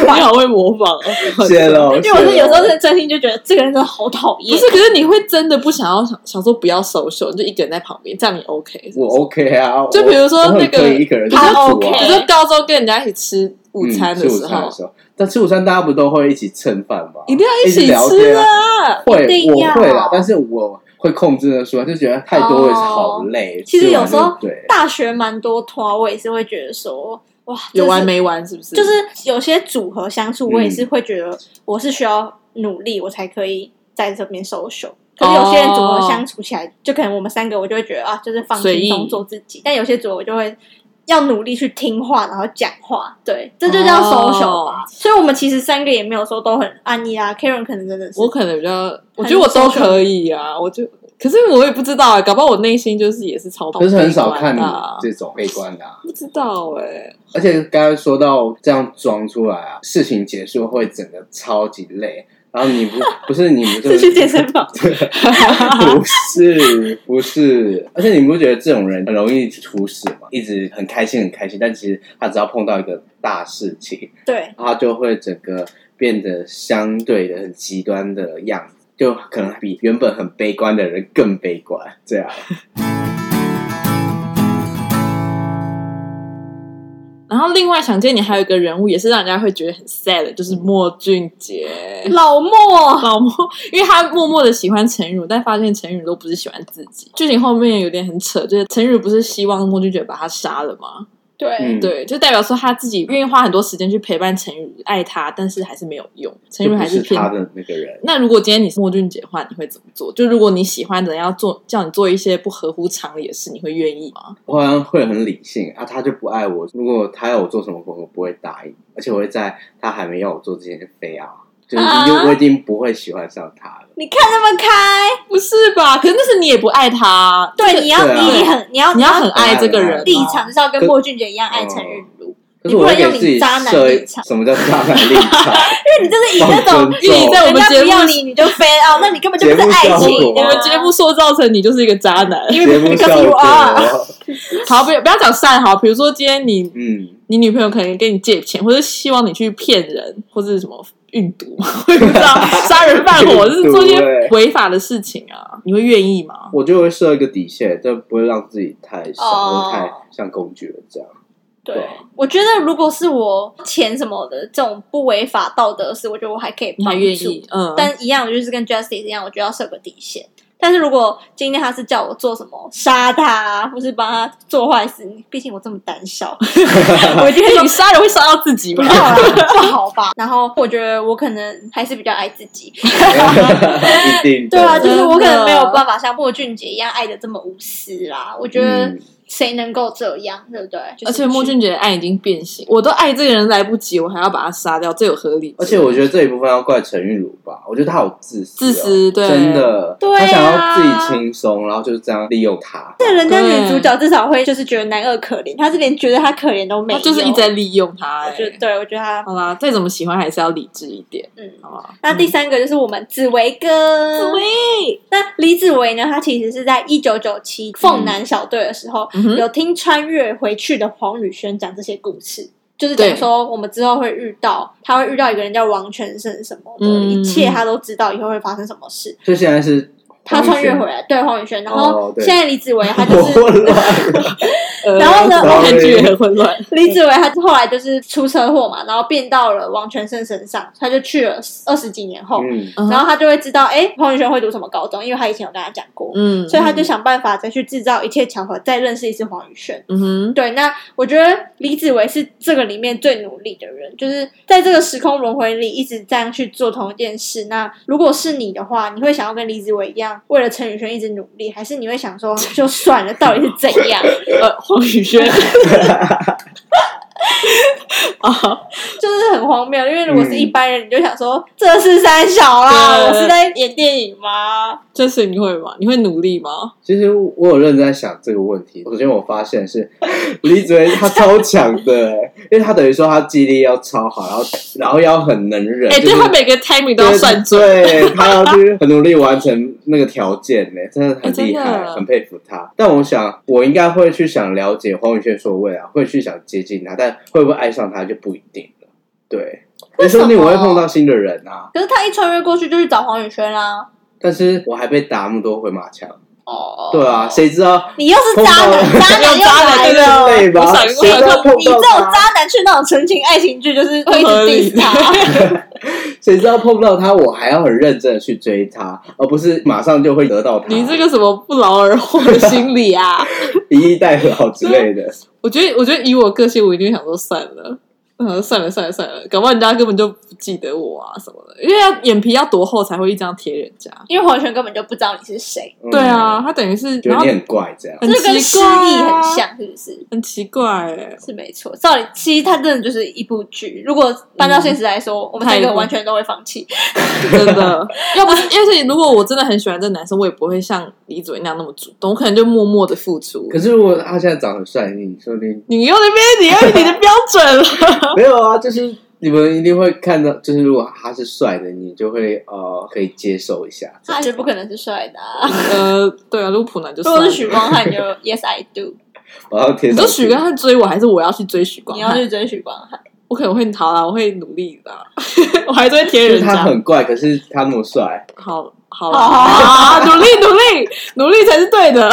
Speaker 2: 你好会模仿哦，
Speaker 3: 谢喽。
Speaker 1: 因为我是
Speaker 3: 谢
Speaker 1: 有
Speaker 3: 喽
Speaker 1: 时候是真心就觉得这个人真的好讨
Speaker 2: 不
Speaker 1: 厌。
Speaker 2: 是，可是你会真的不想要想想说不要 social，你就一个人在旁边，这样你 OK 是不是。
Speaker 3: 我 OK 啊，我
Speaker 2: 就比如说
Speaker 3: 我很
Speaker 2: 那个
Speaker 3: 可以一个人
Speaker 1: 他
Speaker 3: 自己煮
Speaker 1: OK
Speaker 3: 啊
Speaker 2: 你说高中跟人家一起吃午餐
Speaker 3: 嗯
Speaker 2: 的
Speaker 3: 吃午
Speaker 2: 时
Speaker 3: 餐
Speaker 2: 候
Speaker 3: 的，时候，但吃午餐大家不都会一起蹭饭吗？
Speaker 2: 一定要
Speaker 3: 一
Speaker 2: 一起
Speaker 3: 聊
Speaker 2: 吃
Speaker 3: 天啊！
Speaker 2: 啊！
Speaker 3: 会，
Speaker 1: 一定要
Speaker 3: 我会啦，但是我会控制的说，就觉得太多
Speaker 1: 哦
Speaker 3: 了，好累。
Speaker 1: 其实
Speaker 3: 吃完
Speaker 1: 有时候
Speaker 3: 就对，
Speaker 1: 大学蛮多团，我也是会觉得说，哇，
Speaker 2: 有
Speaker 1: 真是
Speaker 2: 完没完？是不是？嗯
Speaker 1: 就是有些组合相处，我也是会觉得我是需要努力，我才可以在这边 social。可是有些人组合相处起来，就可能我们三个，我就会觉得啊，就是放
Speaker 2: 随
Speaker 1: 轻
Speaker 2: 意
Speaker 1: 松做自
Speaker 2: 哦
Speaker 1: 己。但有些组合我就会要努力去听话，然后讲话，对，这就叫 social 吧。
Speaker 2: 哦
Speaker 1: 所以我们其实三个也没有说都很安逸啊。Karen 可能真的是
Speaker 2: 我可能比较，我觉得我都可以啊，我就可是我也不知道啊，搞不好我内心就是也是超悲观
Speaker 3: 可是
Speaker 2: 的啊，
Speaker 3: 很少看这种悲观的啊。
Speaker 2: 不知道哎，
Speaker 3: 而且刚刚说到这样装出来啊，事情结束会整个超级累。然后你不不是你们就是
Speaker 1: 去健身房，
Speaker 3: 不是不是，而且你不觉得这种人很容易出事吗？一直很开心很开心，但其实他只要碰到一个大事情，
Speaker 1: 对，
Speaker 3: 他就会整个变得相对的很极端的样子，就可能比原本很悲观的人更悲观。这样，
Speaker 2: 然后另外想见你还有一个人物也是让人家会觉得很 sad，的就是莫俊杰。
Speaker 1: 老莫
Speaker 2: 老莫，因为他默默的喜欢陈宇，但发现陈宇都不是喜欢自己。剧情后面有点很扯，就是陈宇不是希望莫俊杰把他杀了吗？
Speaker 1: 对。
Speaker 3: 嗯，，
Speaker 2: 对，就代表说他自己愿意花很多时间去陪伴陈宇，爱他，但是还是没有用，陈
Speaker 3: 就
Speaker 2: 宇
Speaker 3: 不
Speaker 2: 还
Speaker 3: 是
Speaker 2: 偏
Speaker 3: 他的那个人。
Speaker 2: 那如果今天你是莫俊杰的话，你会怎么做？就如果你喜欢的人要做叫你做一些不合乎常理的事，你会愿意吗？
Speaker 3: 我好像会很理性啊，他就不爱我。如果他要我做什么，我不会答应，而且我会在他还没要我做之前就非要，就是
Speaker 1: 啊
Speaker 3: 已经、我已经不会喜欢上他了。
Speaker 1: 你看那么开，
Speaker 2: 不是吧？可是那是你也不爱他，
Speaker 1: 对，你要
Speaker 3: 对啊
Speaker 1: 你很你要
Speaker 2: 你要很爱这个人、啊哦
Speaker 3: 很
Speaker 1: 立场是要跟
Speaker 3: 可
Speaker 1: 莫俊杰一样爱陈日如，
Speaker 3: 哦可是我会给自己
Speaker 1: 你不能用你渣
Speaker 3: 设
Speaker 1: 男立
Speaker 3: 一
Speaker 1: 场
Speaker 3: 什么叫渣男立场？
Speaker 1: 因为 你就是以那种
Speaker 3: 放
Speaker 2: 因为你
Speaker 3: 尊
Speaker 2: 在
Speaker 3: 重
Speaker 2: 我们
Speaker 1: 人家
Speaker 2: 节
Speaker 1: 不
Speaker 2: 目
Speaker 1: 要你，你就非要，那你根本就不是爱
Speaker 3: 哦节
Speaker 1: 情啊。
Speaker 3: 目效果
Speaker 2: 我们节目塑造成你就是一个渣男。
Speaker 1: 因
Speaker 3: 节
Speaker 1: 为
Speaker 3: 目
Speaker 1: because
Speaker 3: 效
Speaker 1: you are，
Speaker 3: 果，
Speaker 2: 好，不要不要讲善好，比如说今天你
Speaker 3: 嗯，
Speaker 2: 你女朋友可能跟你借钱，或者希望你去骗人，或者什么运毒嘛， 我也不知道杀人放火，就是做一
Speaker 3: 运毒欸
Speaker 2: 些违法的事情啊，你会愿意吗？
Speaker 3: 我就会设一个底线，就不会让自己太傻
Speaker 1: 哦
Speaker 3: 或太像工具人这样。
Speaker 1: 对，我觉得如果是我钱什么的这种不违法道德的事，我觉得我还可以
Speaker 2: 你还
Speaker 1: 帮
Speaker 2: 愿
Speaker 1: 助
Speaker 2: 意。？嗯，
Speaker 1: 但一样，我就是跟 Justice 一样，我就要设个底线。但是如果今天他是叫我做什么杀他啊，或是帮他做坏事，毕竟我这么胆 小，我觉得
Speaker 2: 哎你杀人会杀到自己
Speaker 1: 不
Speaker 2: 吗
Speaker 1: 要？啦，不好吧？然后我觉得我可能还是比较爱自己，
Speaker 3: 一定的
Speaker 1: 对啊，就是我可
Speaker 2: 真的
Speaker 1: 能没有办法像莫俊杰一样爱的这么无私啦。我觉得
Speaker 3: 嗯
Speaker 1: 谁能够这样，对不对？就是
Speaker 2: 而且莫俊杰的爱已经变形，我都爱这个人来不及，我还要把他杀掉，这有合理？
Speaker 3: 而且我觉得这一部分要怪陈韵如吧，我觉得她好自私、哦，
Speaker 2: 自私对
Speaker 3: 真的，
Speaker 1: 对啊
Speaker 3: 她想要自己轻松，然后就是这样利用他。
Speaker 1: 但人家女
Speaker 2: 哦对
Speaker 1: 主角至少会就是觉得男二可怜，她是连觉得他可怜都没
Speaker 2: 他
Speaker 1: 有，
Speaker 2: 就是一直在利用他、
Speaker 1: 我
Speaker 2: 哎
Speaker 1: 觉得对，我觉得他
Speaker 2: 好啦，再怎么喜欢还是要理智一点，
Speaker 1: 嗯。
Speaker 2: 好吧？
Speaker 1: 那第三个就是我们紫薇哥，
Speaker 2: 紫薇，
Speaker 1: 那李紫薇呢？她其实是在一九九七凤南小队的时候，
Speaker 2: 嗯哼
Speaker 1: 有听穿越回去的黄宇轩讲这些故事，就是讲
Speaker 2: 对
Speaker 1: 说我们之后会遇到，他会遇到一个人叫王全胜什么的，
Speaker 2: 嗯
Speaker 1: 一切他都知道以后会发生什么事。
Speaker 3: 就现在是
Speaker 1: 他穿越回
Speaker 3: 来，
Speaker 1: 来，对黄宇轩，然
Speaker 3: 哦
Speaker 1: 后
Speaker 3: 对
Speaker 1: 现在李紫薇她就
Speaker 3: 我
Speaker 1: 是
Speaker 3: 混乱了，
Speaker 1: 然后呢
Speaker 2: 我感
Speaker 3: sorry
Speaker 2: 觉也很混乱。
Speaker 1: 李子维他后来就是出车祸嘛，然后变到了王全胜身上，他就去了二十几年后，
Speaker 3: 嗯，
Speaker 2: 嗯
Speaker 1: 然后他就会知道，哎，彭宇轩会读什么高中，因为他以前有跟他讲过，
Speaker 2: 嗯，
Speaker 1: 所以他就想办法再去制造一切巧合，再认识一次黄宇轩。
Speaker 2: 嗯哼，
Speaker 1: 对，那我觉得李子维是这个里面最努力的人，就是在这个时空轮回里一直这样去做同一件事。那如果是你的话，你会想要跟李子维一样，为了陈宇轩一直努力，还是你会想说就算了，到底是怎样？
Speaker 2: 呃，黄宇轩， 啊，
Speaker 1: 就是很荒谬。因为如果是一般人，你就想说这是三小啦，
Speaker 2: 对
Speaker 1: 我是在演电影吗？
Speaker 2: 这次你会吗？你会努力吗？
Speaker 3: 其实我有认真在想这个问题。首先，我发现是李子维他超强的，欸因为他等于说他记忆力要超好，然后然后要很能忍，
Speaker 2: 哎，
Speaker 3: 就
Speaker 2: 对
Speaker 3: 是
Speaker 2: 他每个 timing 都要算准。
Speaker 3: 对他要去很努力完成那个条件呢，真的很厉害，
Speaker 2: 哎真的
Speaker 3: 很佩服他。但我想，我应该会去想了解黄宇轩所谓啊，会去想接近他，但会不会爱上他就不一定了。对，
Speaker 1: 为
Speaker 3: 也
Speaker 1: 什么
Speaker 3: 说不定我会碰到新的人啊。
Speaker 1: 可是他一穿越过去就去找黄宇轩啊啦。
Speaker 3: 但是我还被打那么多回马枪，
Speaker 1: 哦，
Speaker 3: 对啊，谁知道
Speaker 1: 你又是渣男，
Speaker 3: 碰到
Speaker 1: 渣男又来
Speaker 2: 对
Speaker 1: 了。
Speaker 2: 啊
Speaker 3: 累吧
Speaker 2: 我想？
Speaker 3: 谁知道碰
Speaker 1: 你这
Speaker 3: 到
Speaker 1: 种
Speaker 3: 他，
Speaker 1: 渣男去那种纯情爱情剧，就是会一
Speaker 2: 不合
Speaker 1: 直
Speaker 2: 理
Speaker 1: diss 他。
Speaker 3: 谁知道碰到他，我还要很认真的去追他，而不是马上就会得到他。
Speaker 2: 你这个什么不劳而获的心理啊？
Speaker 3: 以逸待劳之类的，
Speaker 2: 我觉得，我觉得以我个性，我一定会想说算了，嗯，算了，算了，算了，搞不好人家根本就不记得我啊什么的，因为要眼皮要多厚才会一张贴人家。
Speaker 1: 因为黄轩根本就不知道你是谁，
Speaker 3: 嗯
Speaker 2: 对啊，，他等于 是，
Speaker 3: 觉
Speaker 2: 然
Speaker 3: 得
Speaker 2: 后
Speaker 3: 你很怪这样。
Speaker 1: 这
Speaker 2: 很奇
Speaker 1: 跟失
Speaker 2: 怪、
Speaker 1: 忆
Speaker 2: 啊，
Speaker 1: 很，像，是不是？
Speaker 2: 很奇怪、欸。
Speaker 1: 是没错，照理其实它真的就是一部剧。如果搬到现实来说，我们三
Speaker 2: 太一
Speaker 1: 个
Speaker 2: 部
Speaker 1: 完全都会放弃。
Speaker 2: 真的， 要不是，要是如果我真的很喜欢这个男生，我也不会像李子维那样那么主动，我可能就默默的付出。
Speaker 3: 可是如果他现在长得很帅，你说不 定
Speaker 2: 你又那边，你又有你的标 准了。
Speaker 3: 没有啊，就是你们一定会看到，就是如果他是帅的，你就会呃可以接受一下。
Speaker 1: 他绝不可能是帅的、啊。
Speaker 2: 呃，对啊，如果普男就
Speaker 1: 如
Speaker 2: 算了
Speaker 1: 果是许光汉，你就 Yes I do，
Speaker 3: 然后贴
Speaker 2: 你
Speaker 3: 上
Speaker 2: 说
Speaker 3: 去
Speaker 2: 许光汉追我，还是我要去追许光
Speaker 1: 你要
Speaker 2: 汉？
Speaker 1: 去追许光汉。
Speaker 2: 我可能会逃啦，我 会努力的啊，我还是会贴
Speaker 3: 就是
Speaker 2: 人
Speaker 3: 他
Speaker 2: 家。
Speaker 3: 很怪，可是他那么帅，
Speaker 2: 好好
Speaker 1: 好好
Speaker 2: 啊，努力努力努力才是对的。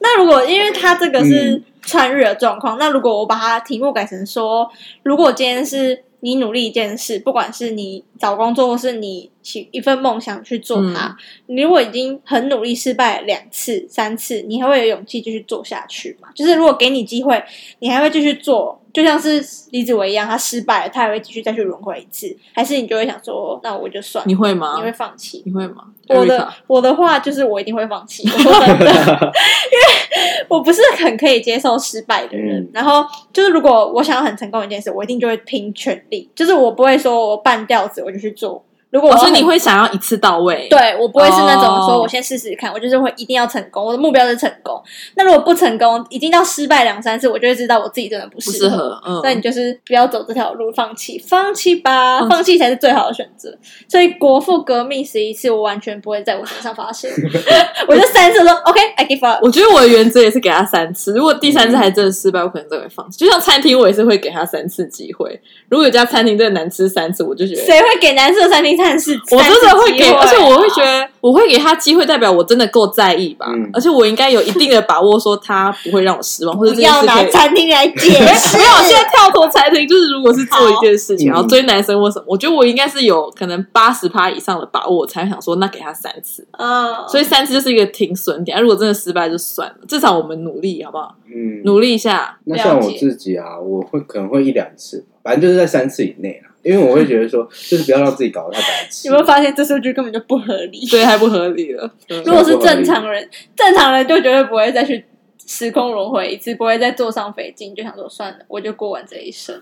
Speaker 1: 那如果因为他这个
Speaker 2: 嗯
Speaker 1: 是穿越的状况，那如果我把它题目改成说，如果今天是你努力一件事，不管是你找工作或是你起一份梦想去做它，
Speaker 2: 嗯
Speaker 1: 你如果已经很努力失败了两次、三次，你还会有勇气继续做下去吗？就是如果给你机会，你还会继续做，就像是李子维一样，他失败了，他还会继续再去轮回一次，还是你就会想说，那我就算了
Speaker 2: 你，会吗
Speaker 1: 你？会放弃？
Speaker 2: 你会吗？
Speaker 1: 我的
Speaker 2: Erica？
Speaker 1: 我的话就是我一定会放 弃，我说真的，因为我不是很可以接受失败的人。
Speaker 3: 嗯
Speaker 1: 然后就是如果我想要很成功一件事，我一定就会拼全力，就是我不会说我半吊子我就去做。如果我
Speaker 2: 我说
Speaker 1: 很
Speaker 2: 哦你会想要一次到位，，
Speaker 1: 对我不会是那种
Speaker 2: 哦
Speaker 1: 说我先试试看，我就是会一定要成功，我的目标是成功。那如果不成功，已经到失败两三次，我就会知道我自己真的不
Speaker 2: 不
Speaker 1: 适
Speaker 2: 适
Speaker 1: 合。
Speaker 2: 合，嗯，
Speaker 1: 那你就是不要走这条路，放弃，放弃吧，
Speaker 2: 放弃
Speaker 1: 放弃才是最好的选择。所以国父革命十一次，我完全不会在我身上发生， 我就三次说 OK，I、give up。
Speaker 2: 我觉得我的原则也是给他三次，如果第三次还真的失败，我可能真的会放弃。就像餐厅，我也是会给他三次机会。如果有家餐厅真的难吃三次，我就觉得
Speaker 1: 谁会给男色三零三四？
Speaker 2: 我真的会
Speaker 1: 三次
Speaker 2: 给，
Speaker 1: 机啊
Speaker 2: 而且我会觉得我会给他机会，代表我真的够在意吧。
Speaker 3: 嗯
Speaker 2: 而且我应该有一定的把握，说他不会让我失望，或者这
Speaker 1: 不
Speaker 2: 件
Speaker 1: 要
Speaker 2: 事可
Speaker 1: 拿
Speaker 2: 以。
Speaker 1: 餐厅来解 释。
Speaker 2: 没有，现在跳脱餐厅，就是如果是做一件事情，
Speaker 3: 好
Speaker 2: 然后追男生或什么，我觉得我应该是有可能八十趴以上的把握，我才想说那给他三次。
Speaker 1: 嗯，以
Speaker 2: 所以三次就是一个停损点，啊如果真的失败就算了，至少我们努力好不好？
Speaker 3: 嗯，
Speaker 2: 努力一下，
Speaker 3: 那像
Speaker 1: 了
Speaker 3: 我
Speaker 1: 解
Speaker 3: 自己啊，我会可能会一两次，反正就是在三次以内啊，因为我会觉得说，就是不要让自己搞得太白 痴。
Speaker 1: 有没有发现这数据根本就不合理？
Speaker 2: 对，太不合理了。 嗯
Speaker 1: 如果是正常人，正常人就绝对不会再去时空轮回一次，不会再坐上飞机，你就想说算了，我就过完这一生。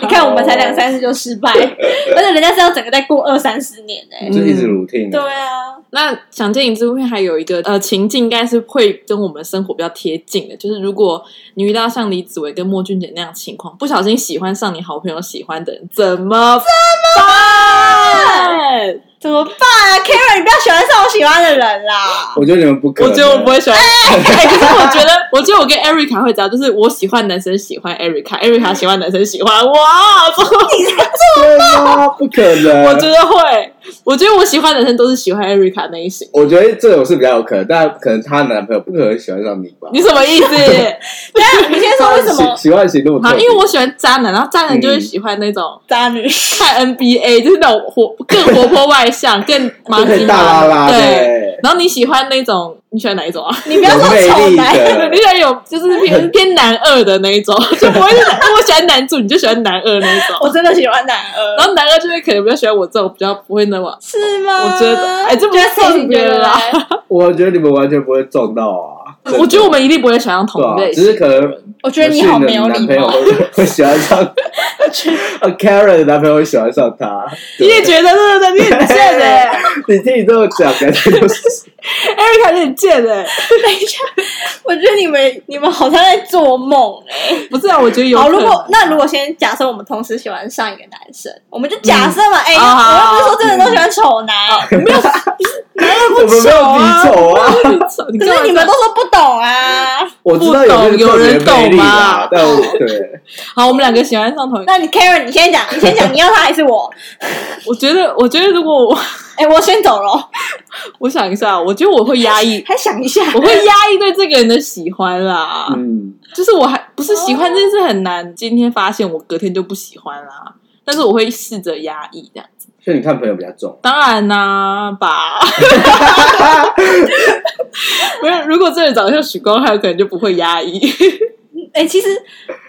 Speaker 1: 你看我们才两三次就失败，而且人家是要整个再过二三十年呢、
Speaker 2: 嗯
Speaker 3: 就一直 routine
Speaker 1: 对
Speaker 3: 啊。
Speaker 1: 啊，
Speaker 2: 那《想见你之会》还有一个呃情境，应该是会跟我们生活比较贴近的，就是如果你遇到像李子维跟莫俊杰那样的情况，不小心喜欢上你好朋友喜欢的人，怎么
Speaker 1: 啊
Speaker 2: 哎办？
Speaker 1: 怎么办啊，Karen？你不要喜欢上我喜欢的人啦。
Speaker 3: 我觉得你们不可
Speaker 2: 我
Speaker 3: 能，
Speaker 2: 觉得我不会喜欢，哎可是我觉得，我觉得我跟 Erica 会这样，就是我喜欢男生喜欢 Erica，Erica 喜欢男生喜欢我， 怎么
Speaker 3: 对啊，不可能。
Speaker 2: 我觉得会，我觉得我喜欢的男生都是喜欢 Erica 那一型。
Speaker 3: 我觉得这种是比较有可能，但可能她男朋友不可能喜欢上你吧？
Speaker 2: 你什么意思？
Speaker 1: 等一下你先说为什 么
Speaker 3: 喜喜欢型那么特
Speaker 2: 啊，
Speaker 3: 别
Speaker 2: 因为我喜欢渣男，然后渣男就会喜欢那
Speaker 3: 嗯
Speaker 2: 种
Speaker 1: 渣女？
Speaker 2: 看 NBA，就是那种活更活泼外 向、更麻
Speaker 3: 就可
Speaker 2: 吉
Speaker 3: 以大拉
Speaker 2: 麻
Speaker 3: 拉
Speaker 2: 的。对，
Speaker 3: 对，
Speaker 2: 然后你喜欢那种，你喜欢哪 一种啊？
Speaker 1: 你不要
Speaker 3: 有
Speaker 1: 说
Speaker 3: 魅
Speaker 1: 丑
Speaker 3: 力
Speaker 1: 男，
Speaker 3: 的
Speaker 2: 你，喜欢有就是偏偏男二的那一 种，就不会是男我喜欢男主，你就喜欢男二那一种。
Speaker 1: 我真的喜欢男
Speaker 2: 然
Speaker 1: 二，
Speaker 2: 后男二就会可能比较喜欢我这种比较不会那么，
Speaker 1: 是吗？
Speaker 2: 我觉得哎这不
Speaker 1: 觉得
Speaker 2: 是
Speaker 1: 谁你觉得
Speaker 2: 啦
Speaker 1: 嘞
Speaker 3: 我觉得你们完全不会撞到啊。
Speaker 2: 我觉得我们一定不会喜欢同
Speaker 3: 对啊
Speaker 2: 类，
Speaker 3: 只是
Speaker 2: 型。
Speaker 3: 可能
Speaker 1: 我觉得你好没有
Speaker 3: 男
Speaker 1: 礼
Speaker 3: 朋友
Speaker 1: 貌。
Speaker 3: 会会喜欢上，呃，Karen 的男朋友会喜欢上他。
Speaker 2: 你也觉得对对对， 你很贱哎、
Speaker 3: 你听你这么讲，感觉就是
Speaker 2: 艾瑞卡你很贱哎、
Speaker 1: 等一下，我觉得你们你们好像在做梦哎、
Speaker 2: 不是啊，我觉得有
Speaker 1: 好，
Speaker 2: 可能。
Speaker 1: 如果那如果先假设我们同时喜欢上一个男生，我们就假设嘛，哎、
Speaker 2: 哦好嗯啊
Speaker 1: 我又不是说真的都喜欢丑男，
Speaker 2: 没有，
Speaker 3: 我们没有你丑啊。
Speaker 2: 你丑，哦 你
Speaker 1: 可
Speaker 2: 干嘛
Speaker 1: 是你
Speaker 2: 这
Speaker 1: 们
Speaker 2: 样
Speaker 1: 都说不懂啊。
Speaker 3: 我知道有这个特别的魅力啦
Speaker 2: 不懂有人懂吗
Speaker 3: 但我对
Speaker 2: 好，我们两个喜欢上同一个。
Speaker 1: 那你 Karen，你先讲，你先讲，你要他还是我？
Speaker 2: 我觉得，我觉得如果我，
Speaker 1: 哎、我先走了，
Speaker 2: 我想一下，我觉得我会压 抑，
Speaker 1: 还想一下，
Speaker 2: 我会压抑对这个人的喜欢啦。
Speaker 3: 嗯，
Speaker 2: 就是我还不是喜欢这件事很难，今天发现我隔天就不喜欢啦。但是我会试着压抑这样。
Speaker 3: 所以你看朋友比较重，
Speaker 2: 当然啦、 吧。没有，如果这个人长得像许光汉，我可能就不会压抑。
Speaker 1: 哎、其实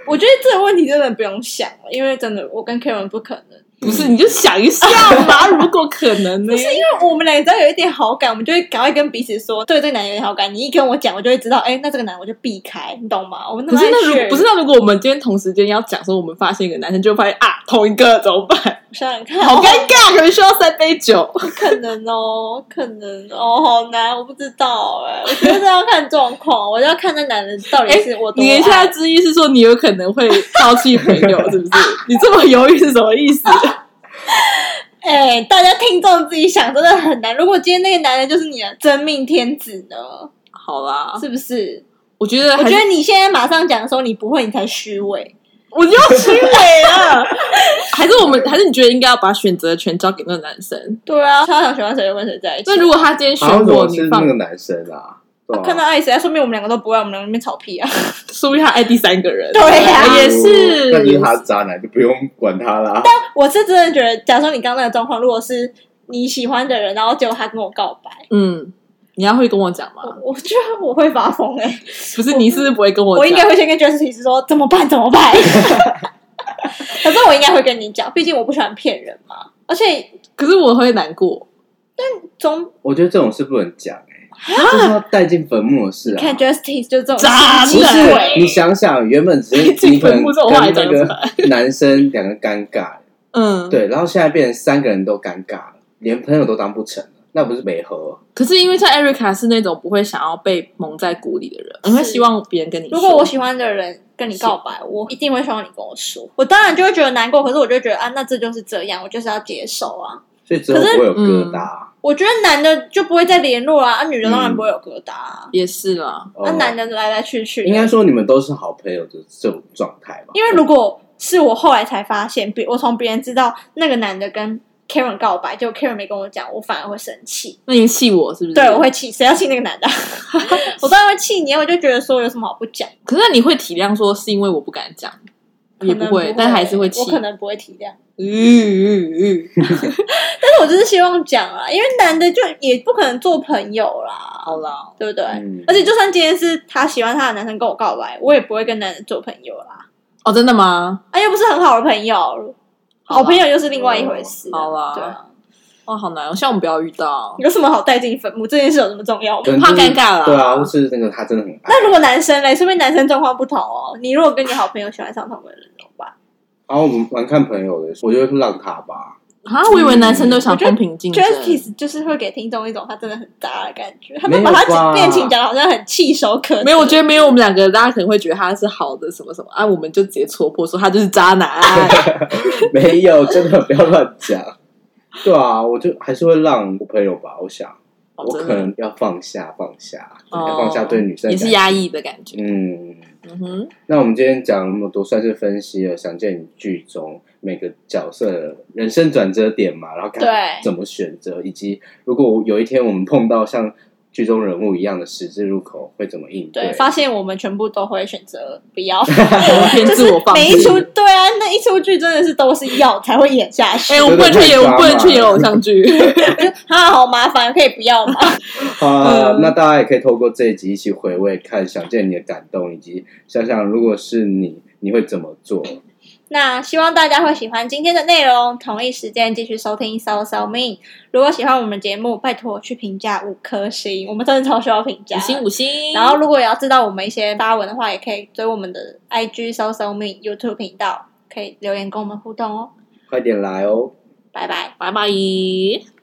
Speaker 1: 我觉得这个问题真的不用想了，因为真的我跟 Karen 不可能，
Speaker 2: 不是，你就想一下 嘛，如果可能呢？
Speaker 1: 因为我们两个只要有一点好感，我们就会赶快跟彼此说，对这个男的有点好感。你一跟我讲，我就会知道，哎、那这个男的我就避开，你懂吗？我们
Speaker 2: 可是那如
Speaker 1: 果
Speaker 2: 不是那如果我们今天同时间要讲说我们发现一个男生，就发现啊同一个怎么办？
Speaker 1: 我想想看，
Speaker 2: 好尴尬，可能需要三杯酒。
Speaker 1: 可能哦，可能哦，好难，我不知道哎、我觉得这要看状况，我要看那男的到底是我多
Speaker 2: 哎你言
Speaker 1: 爱
Speaker 2: 下之意是说你有可能会抛弃朋友， 是不是？你这么犹豫是什么意思？
Speaker 1: 哎、大家听众自己想，真的很难。如果今天那个男的就是你的真命天子呢，
Speaker 2: 好啦，
Speaker 1: 是不是？
Speaker 2: 我觉得
Speaker 1: 我
Speaker 2: 还
Speaker 1: 觉
Speaker 2: 是
Speaker 1: 得你现在马上讲说你不会，你才虚伪。
Speaker 2: 我就虚伪 了。啊还是我们还是你觉得应该要把选择权交给那个男生？
Speaker 1: 对啊，他想喜欢谁就跟谁在一起。
Speaker 2: 那如果他今天选
Speaker 3: 好像
Speaker 2: 我，
Speaker 3: 我
Speaker 2: 你
Speaker 3: 是
Speaker 2: 放
Speaker 3: 那个男生啊，对
Speaker 1: 他
Speaker 3: 吧
Speaker 1: 看到爱谁，说明我们两个都不爱，我们两个在那边吵屁啊！
Speaker 2: 说不定他爱第三个人。
Speaker 1: 对呀
Speaker 2: 也是。
Speaker 3: 那就是他是渣男，就不用管他啦。
Speaker 1: 我是真的觉得，假设你刚刚那个状况，如果是你喜欢的人，然后结果他跟我告白，
Speaker 2: 嗯，你要会跟我讲吗？
Speaker 1: 我我觉得我会发疯哎、
Speaker 2: 不是，你是不是不会跟我
Speaker 1: 我
Speaker 2: 讲？
Speaker 1: 应该会先跟 Justice 说怎么办怎么办。可是我应该会跟你讲，毕竟我不喜欢骗人嘛。而且
Speaker 2: 可是我会难过。
Speaker 1: 总
Speaker 3: 我觉得这种事不能讲哎，就是要带进坟墓的事啊。
Speaker 1: 看 Justice 就这种
Speaker 2: 渣男
Speaker 1: 心
Speaker 3: 不
Speaker 1: 机鬼
Speaker 3: 是，你想想，原本只是
Speaker 2: 进
Speaker 3: 你可
Speaker 2: 坟
Speaker 3: 能
Speaker 2: 墓
Speaker 3: 跟
Speaker 2: 这种话也讲
Speaker 3: 那
Speaker 2: 得出
Speaker 3: 个男生两个尴尬，
Speaker 2: 嗯，。
Speaker 3: 对，然后现在变成三个人都尴尬了，连朋友都当不成了，那不是美和？
Speaker 2: 可是因为像 Erica 是那种不会想要被蒙在鼓里的人，你会希望别人跟你说。
Speaker 1: 如果我喜欢的人跟你告白，我一定会希望你跟我说。我当然就会觉得难过，可是我就觉得啊，那这就是这样，我就是要接受啊。
Speaker 3: 所以之后
Speaker 1: 可是嗯
Speaker 3: 不会有疙瘩。
Speaker 1: 我觉得男的就不会再联络啦、啊，女的当然不会有疙瘩、啊。
Speaker 2: 也是啦，
Speaker 1: 那、
Speaker 3: 哦
Speaker 1: 男的来来去去的，
Speaker 3: 应该说你们都是好朋友的这种状态吧？
Speaker 1: 因为如果是我后来才发现，别我从别人知道那个男的跟 Karen 告白，就 Karen 没跟我讲，我反而会生气。
Speaker 2: 那你气我是不是？
Speaker 1: 对，我会。气，谁要气那个 男的？我当然会气你，我就觉得说有什么好不讲，
Speaker 2: 可是你会体谅说是因为我不敢讲，也
Speaker 1: 可能
Speaker 2: 会，但还是会气。
Speaker 1: 我可能不会体谅。
Speaker 2: 嗯嗯嗯，
Speaker 1: 但是我就是希望讲啦，因为男的就也不可能做朋友啦，
Speaker 2: 好啦，
Speaker 1: 对不对？
Speaker 3: 嗯
Speaker 1: 而且就算今天是他喜欢他的男生跟我告白，我也不会跟男的做朋友啦，
Speaker 2: 哦，真的吗？
Speaker 1: 啊，又不是很好的朋友，
Speaker 2: 好啦
Speaker 1: 好朋友又是另外一回事。
Speaker 2: 哦好啦
Speaker 1: 对啊，
Speaker 2: 哇，好难哦，希望我们不要遇到，
Speaker 1: 有什么好带进坟墓？这件事有什么重要吗
Speaker 3: 可？能
Speaker 2: 怕
Speaker 3: 就是
Speaker 2: 尴尬啦
Speaker 3: 对啊，或是那个他真的很爱
Speaker 1: 那。如果男生嘞，说不定男生状况不同哦。你如果跟你好朋友喜欢上同个人怎么办？
Speaker 3: 然后我们蛮看朋友的，我觉得让他吧。
Speaker 2: 啊，我以为男生都
Speaker 1: 嗯
Speaker 2: 想
Speaker 1: 我觉得
Speaker 2: 公平竞争。
Speaker 1: Justice 就是会给听众一种他真的很渣的感觉，他
Speaker 3: 没
Speaker 1: 们
Speaker 3: 有
Speaker 1: 把他
Speaker 3: 吧
Speaker 1: 恋情讲的好像很气手可得
Speaker 2: 没有，我觉得没有我们两个，大家可能会觉得他是好的什么什么啊，我们就直接戳破说他就是渣男。
Speaker 3: 没有，真的不要乱讲。对啊，我就还是会让我朋友吧。我想，
Speaker 2: 哦
Speaker 3: 我
Speaker 2: 真
Speaker 3: 可
Speaker 2: 的
Speaker 3: 能要放下，放下，
Speaker 2: 哦
Speaker 3: 要放下对女生的
Speaker 2: 也是
Speaker 3: 感
Speaker 2: 压抑的感觉。
Speaker 3: 嗯，
Speaker 2: 嗯哼，
Speaker 3: 那我们今天讲那么多，算是分析了《想见你》剧中每个角色的人生转折点嘛，然后看
Speaker 1: 对
Speaker 3: 怎么选择，以及如果有一天我们碰到像剧中人物一样的十字路口会怎么应
Speaker 1: 对，发现我们全部都会选择不 要，
Speaker 2: 偏
Speaker 1: 就
Speaker 2: 自
Speaker 1: 是
Speaker 2: 我放
Speaker 1: 每一
Speaker 2: 弃。
Speaker 1: 出对啊，那一出剧真的是都是要才会演下去
Speaker 2: 哎、，我们不能去演，我们不能去演
Speaker 3: 真的
Speaker 2: 偶像剧。
Speaker 1: 啊，好麻烦，可以不要吗？
Speaker 3: 啊、
Speaker 2: 嗯
Speaker 3: 那大家也可以透过这一集一起回味，看想见你的感动，以及想想如果是你，你会怎么做？
Speaker 1: 那希望大家会喜欢今天的内容，同一时间继续收听《骚骚命》。如果喜欢我们节目，拜托去评价五颗星，我们真的超需要评价
Speaker 2: 五。星五星，
Speaker 1: 然后，如果也要知道我们一些发文的话，也可以追我们的 IG 搜搜 me YouTube 频道，可以留言跟我们互动哦。
Speaker 3: 快点来哦！
Speaker 1: 拜拜。
Speaker 2: 拜拜。